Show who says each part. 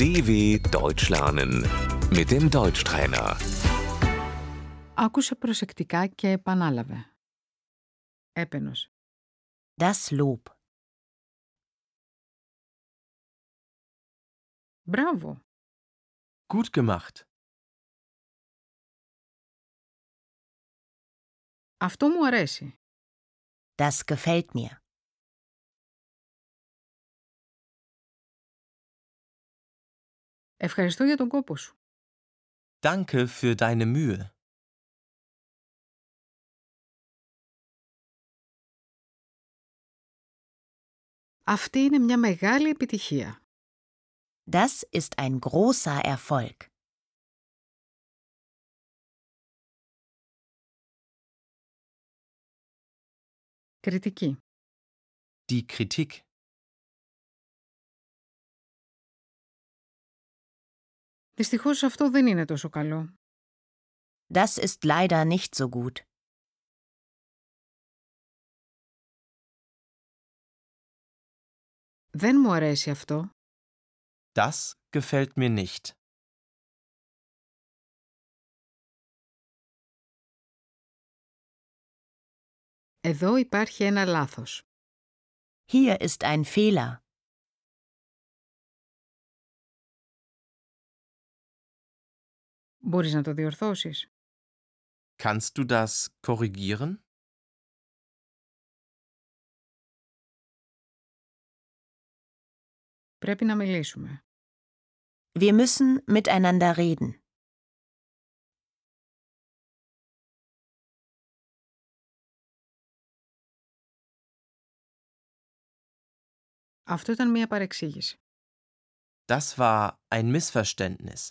Speaker 1: DW Deutsch lernen mit dem Deutschtrainer.
Speaker 2: Άκουσε προσεκτικά και επανάλαβε. Έπαινος.
Speaker 3: Das Lob.
Speaker 2: Μπράβο.
Speaker 4: Gut gemacht.
Speaker 2: Αυτό μου αρέσει.
Speaker 3: Das gefällt mir.
Speaker 2: Ευχαριστώ για τον κόπο σου.
Speaker 4: Danke für deine Mühe.
Speaker 2: Αυτή είναι μια μεγάλη επιτυχία.
Speaker 3: Das ist ein großer Erfolg.
Speaker 2: Κριτική.
Speaker 4: Die Kritik.
Speaker 2: Δυστυχώς αυτό δεν είναι τόσο καλό.
Speaker 3: Das ist leider nicht so gut.
Speaker 2: Δεν μου αρέσει αυτό.
Speaker 4: Das gefällt mir nicht.
Speaker 2: Εδώ υπάρχει ένα λάθος.
Speaker 3: Hier ist ein Fehler.
Speaker 2: Μπορείς να το διορθώσεις.
Speaker 4: Kannst du das korrigieren?
Speaker 2: Πρέπει να μιλήσουμε.
Speaker 3: Wir müssen miteinander reden.
Speaker 2: Αυτό ήταν μια παρεξήγηση.
Speaker 4: Das war ein Missverständnis.